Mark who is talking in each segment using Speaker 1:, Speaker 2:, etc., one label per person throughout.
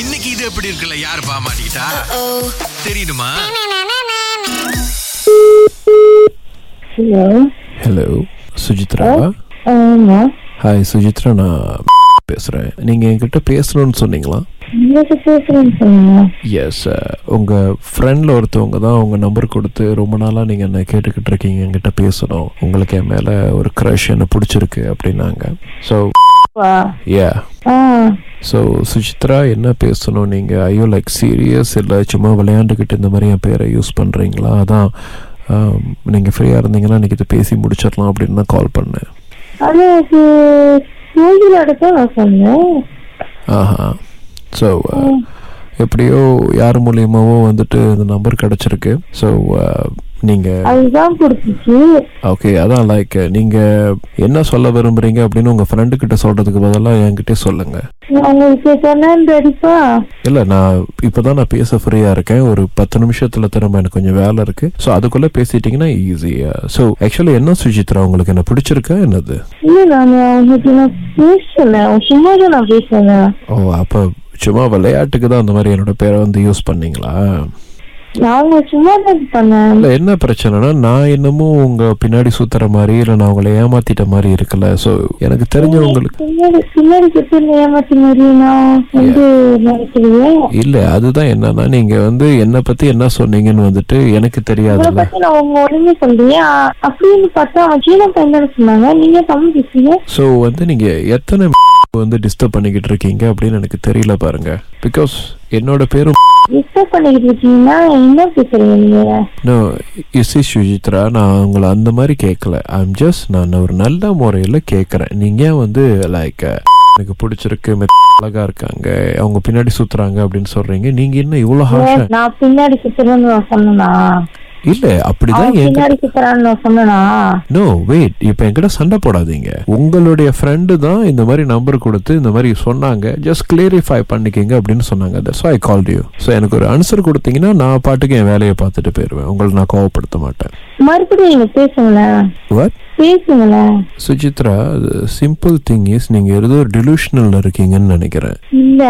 Speaker 1: இன்னைக்கு இது எப்படி இருக்குல்ல யார் பாமாட்டா தெரியுமா
Speaker 2: ஹலோ
Speaker 3: ஹலோ சுஜித்ரா
Speaker 2: Oh, ஆமா
Speaker 3: ஹாய் சுஜித்ரா நான் பேசுகிறேன் நீங்கள் என்கிட்ட பேசணும்னு சொன்னீங்களா
Speaker 2: உங்களுக்கு பேசுறேன்னு சொன்னீங்க
Speaker 3: எஸ் உங்கள் ஃப்ரெண்டில் ஒருத்தவங்க தான் உங்கள் நம்பர் கொடுத்து ரொம்ப நாளாக நீங்கள் என்ன கேட்டுக்கிட்டு இருக்கீங்க என்கிட்ட பேசணும் உங்களுக்கு என் மேலே ஒரு க்ரஷ் என்ன பிடிச்சிருக்கு அப்படின்னாங்க ஸோ
Speaker 2: வா.
Speaker 3: யா
Speaker 2: ஆ
Speaker 3: ஸோ சுஜித்ரா என்ன பேசணும் நீங்கள் ஐயோ லைக் சீரியஸ் இல்லை சும்மா விளையாண்டுக்கிட்டு இந்த மாதிரி என் பேரை யூஸ் பண்ணுறீங்களா அதான் um, நீங்கள் ஃப்ரீயாக இருந்தீங்கன்னா இன்னைக்கு இதை பேசி முடிச்சிடலாம் அப்படின்னு தான் கால் பண்ணேன்
Speaker 2: அது எனக்கு மூஞ்சில அடிச்சா நான் சொன்னேன்
Speaker 3: ஆஹா ஸோ எப்படியோ யார் மூலியமாவோ வந்துட்டு இந்த நம்பர் கிடச்சிருக்கு ஸோ uh, நீங்கள்
Speaker 2: அதுதான் கொடுத்துச்சு
Speaker 3: ஓகே அதான் லைக் நீங்கள் என்ன சொல்ல விரும்புகிறீங்க அப்படின்னு உங்கள் ஃப்ரெண்டு கிட்ட சொல்கிறதுக்கு பதிலாக என்கிட்டே சொல்லுங்கள்
Speaker 2: நான் உங்களுக்கு சொன்னேன் அடிப்பா
Speaker 3: இல்லை நான் இப்போ தான் நான் பேச ஃப்ரீயாக இருக்கேன் ஒரு பத்து நிமிஷத்தில் திரும்ப எனக்கு கொஞ்சம் வேலை இருக்குது ஸோ அதுக்குள்ளே பேசிட்டிங்கன்னா ஈஸியாக ஸோ ஆக்சுவலி என்ன சுஜித்ரா உங்களுக்கு என்ன பிடிச்சிருக்கா என்னது
Speaker 2: இல்ல நான் உங்களுக்கு நான் பேசல சும்மா தான் நான் பேசல
Speaker 3: ஓ அப்போ சும்மா விளையாட்டுக்கு தான் அந்த மாதிரி என்னோட பேரை வந்து யூஸ் பண்ணீங்களா
Speaker 2: நான் உங்களை சும்மா தான் பண்ணேன்
Speaker 3: இல்ல என்ன பிரச்சனைனா நான் என்னமோ உங்க பின்னாடி சுத்துற மாதிரி இல்ல நான் உங்களை ஏமாத்திட்ட மாதிரி இருக்குல்ல சோ எனக்கு தெரிஞ்சவங்களுக்கு
Speaker 2: பின்னாடி பின்னாடி கிட்ட ஏமாத்தி மாதிரி நான் வந்து நினைக்கிறீங்க
Speaker 3: இல்ல அதுதான் என்னன்னா நீங்க வந்து என்ன பத்தி என்ன சொன்னீங்கன்னு வந்துட்டு எனக்கு
Speaker 2: உங்களை
Speaker 3: தெரியாதுல்ல
Speaker 2: பத்தி நான் உங்க உடனே சொல்றீங்க அ- அப்படின்னு பார்த்தா அவன் சீன பையன் சொன்னாங்க நீங்க தமிழ் பேசுறீங்க
Speaker 3: சோ வந்து நீங்க எத்தனை வந்து டிஸ்டர்ப் பண்ணிக்கிட்டு இருக்கீங்க அப்படின்னு எனக்கு தெரியல பாருங்க பிகாஸ் என்னோட பேரும்
Speaker 2: டிஸ்டர்ப் பண்ணிக்கிட்டு இருக்கீங்கன்னா என்ன பேசுறீங்க நீங்க
Speaker 3: நோ இசி சுஜித்ரா நான் உங்களை அந்த மாதிரி கேட்கல ஐம் ஜஸ்ட் நான் ஒரு நல்ல முறையில் கேட்குறேன் நீங்கள் வந்து லைக் எனக்கு பிடிச்சிருக்கு மெத் அழகா இருக்காங்க அவங்க பின்னாடி சுத்துறாங்க அப்படின்னு சொல்றீங்க நீங்க என்ன இவ்வளோ ஹாஷா
Speaker 2: நான் பின்னாடி சுத்துறேன்னு நான் சொன்னனா
Speaker 3: இல்ல அப்படிதான்
Speaker 2: அவன்
Speaker 3: என்
Speaker 2: பின்னாடி சுத்துறான்னு நான் சொன்னனா
Speaker 3: நோ வெயிட் இப்போ என்கிட்ட சண்டை போடாதீங்க உங்களுடைய ஃப்ரெண்டு தான் இந்த மாதிரி நம்பர் கொடுத்து இந்த மாதிரி சொன்னாங்க ஜஸ்ட் கிளியரிஃபை பண்ணிக்கங்க அப்படின்னு சொன்னாங்க that's I call you so எனக்கு ஒரு ஆன்சர் கொடுத்தீங்கன்னா நான் பாட்டுக்கு என் வேலையை பார்த்துட்டு போயிடுவேன் உங்களை நான் கோவப்படுத்த மாட்டேன்
Speaker 2: மறுபடியும் நீங்க பேசுங்களேன்
Speaker 3: வாட்
Speaker 2: பேசுங்களேன்
Speaker 3: சுஜித்ரா சிம்பிள் திங் இஸ் நீங்க ஏதோ டிலூஷனல் இருக்கீங்கன்னு நினைக்கிறேன்
Speaker 2: இல்ல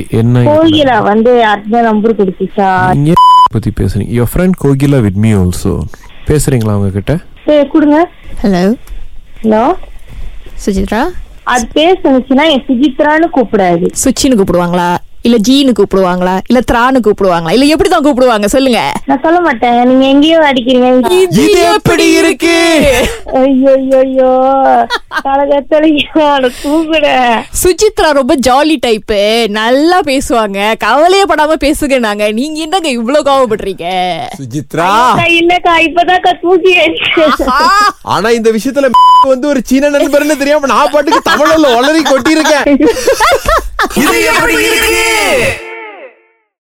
Speaker 3: இ- என்ன இதுல?
Speaker 2: கோயிலா வந்து யாருக்குதான் நம்பர் கொடுத்துச்சா
Speaker 3: நீங்க பத்தி பேசுறீங்க your friend Kokila with me also பேசுறீங்களா அவங்க கிட்ட
Speaker 2: சரி கொடுங்க
Speaker 4: ஹலோ
Speaker 2: ஹலோ
Speaker 4: சுஜித்ரா
Speaker 2: அது பேர் சொன்னுச்சுன்னா என் சுஜித்ரான்னு கூப்பிடாது
Speaker 4: சுச்சின்னு கூப்பிடுவாங்களா இல்ல ஜீனு கூப்பிடுவாங்களா இல்ல த்ரான்னு கூப்பிடுவாங்களா இல்ல எப்படி தான் கூப்பிடுவாங்க சொல்லுங்க
Speaker 2: நான் சொல்ல மாட்டேன் நீங்க எங்கேயோ அடிக்கிறீங்க
Speaker 4: இது எப்படி இருக்கு
Speaker 2: ஐயோ ஐயோ ஐயோ கலகத்தலையோ கூப்பிட
Speaker 4: சுஜித்ரா ரொம்ப ஜாலி டைப்பு நல்லா பேசுவாங்க கவலையே படாம பேசுங்க நாங்க நீங்க என்னங்க இவ்வளவு கோவப்படுறீங்க
Speaker 5: சுஜித்ரா
Speaker 2: இல்லக்கா இப்பதான்க்கா தூக்கி அடிச்சேன்
Speaker 5: ஆனா இந்த விஷயத்துல வந்து ஒரு சீன நண்பர்னு தெரியாம நான் பாட்டுக்கு தமிழ்ல உளறி கொட்டி இருக்கேன்
Speaker 1: இது எப்படி இருக்கு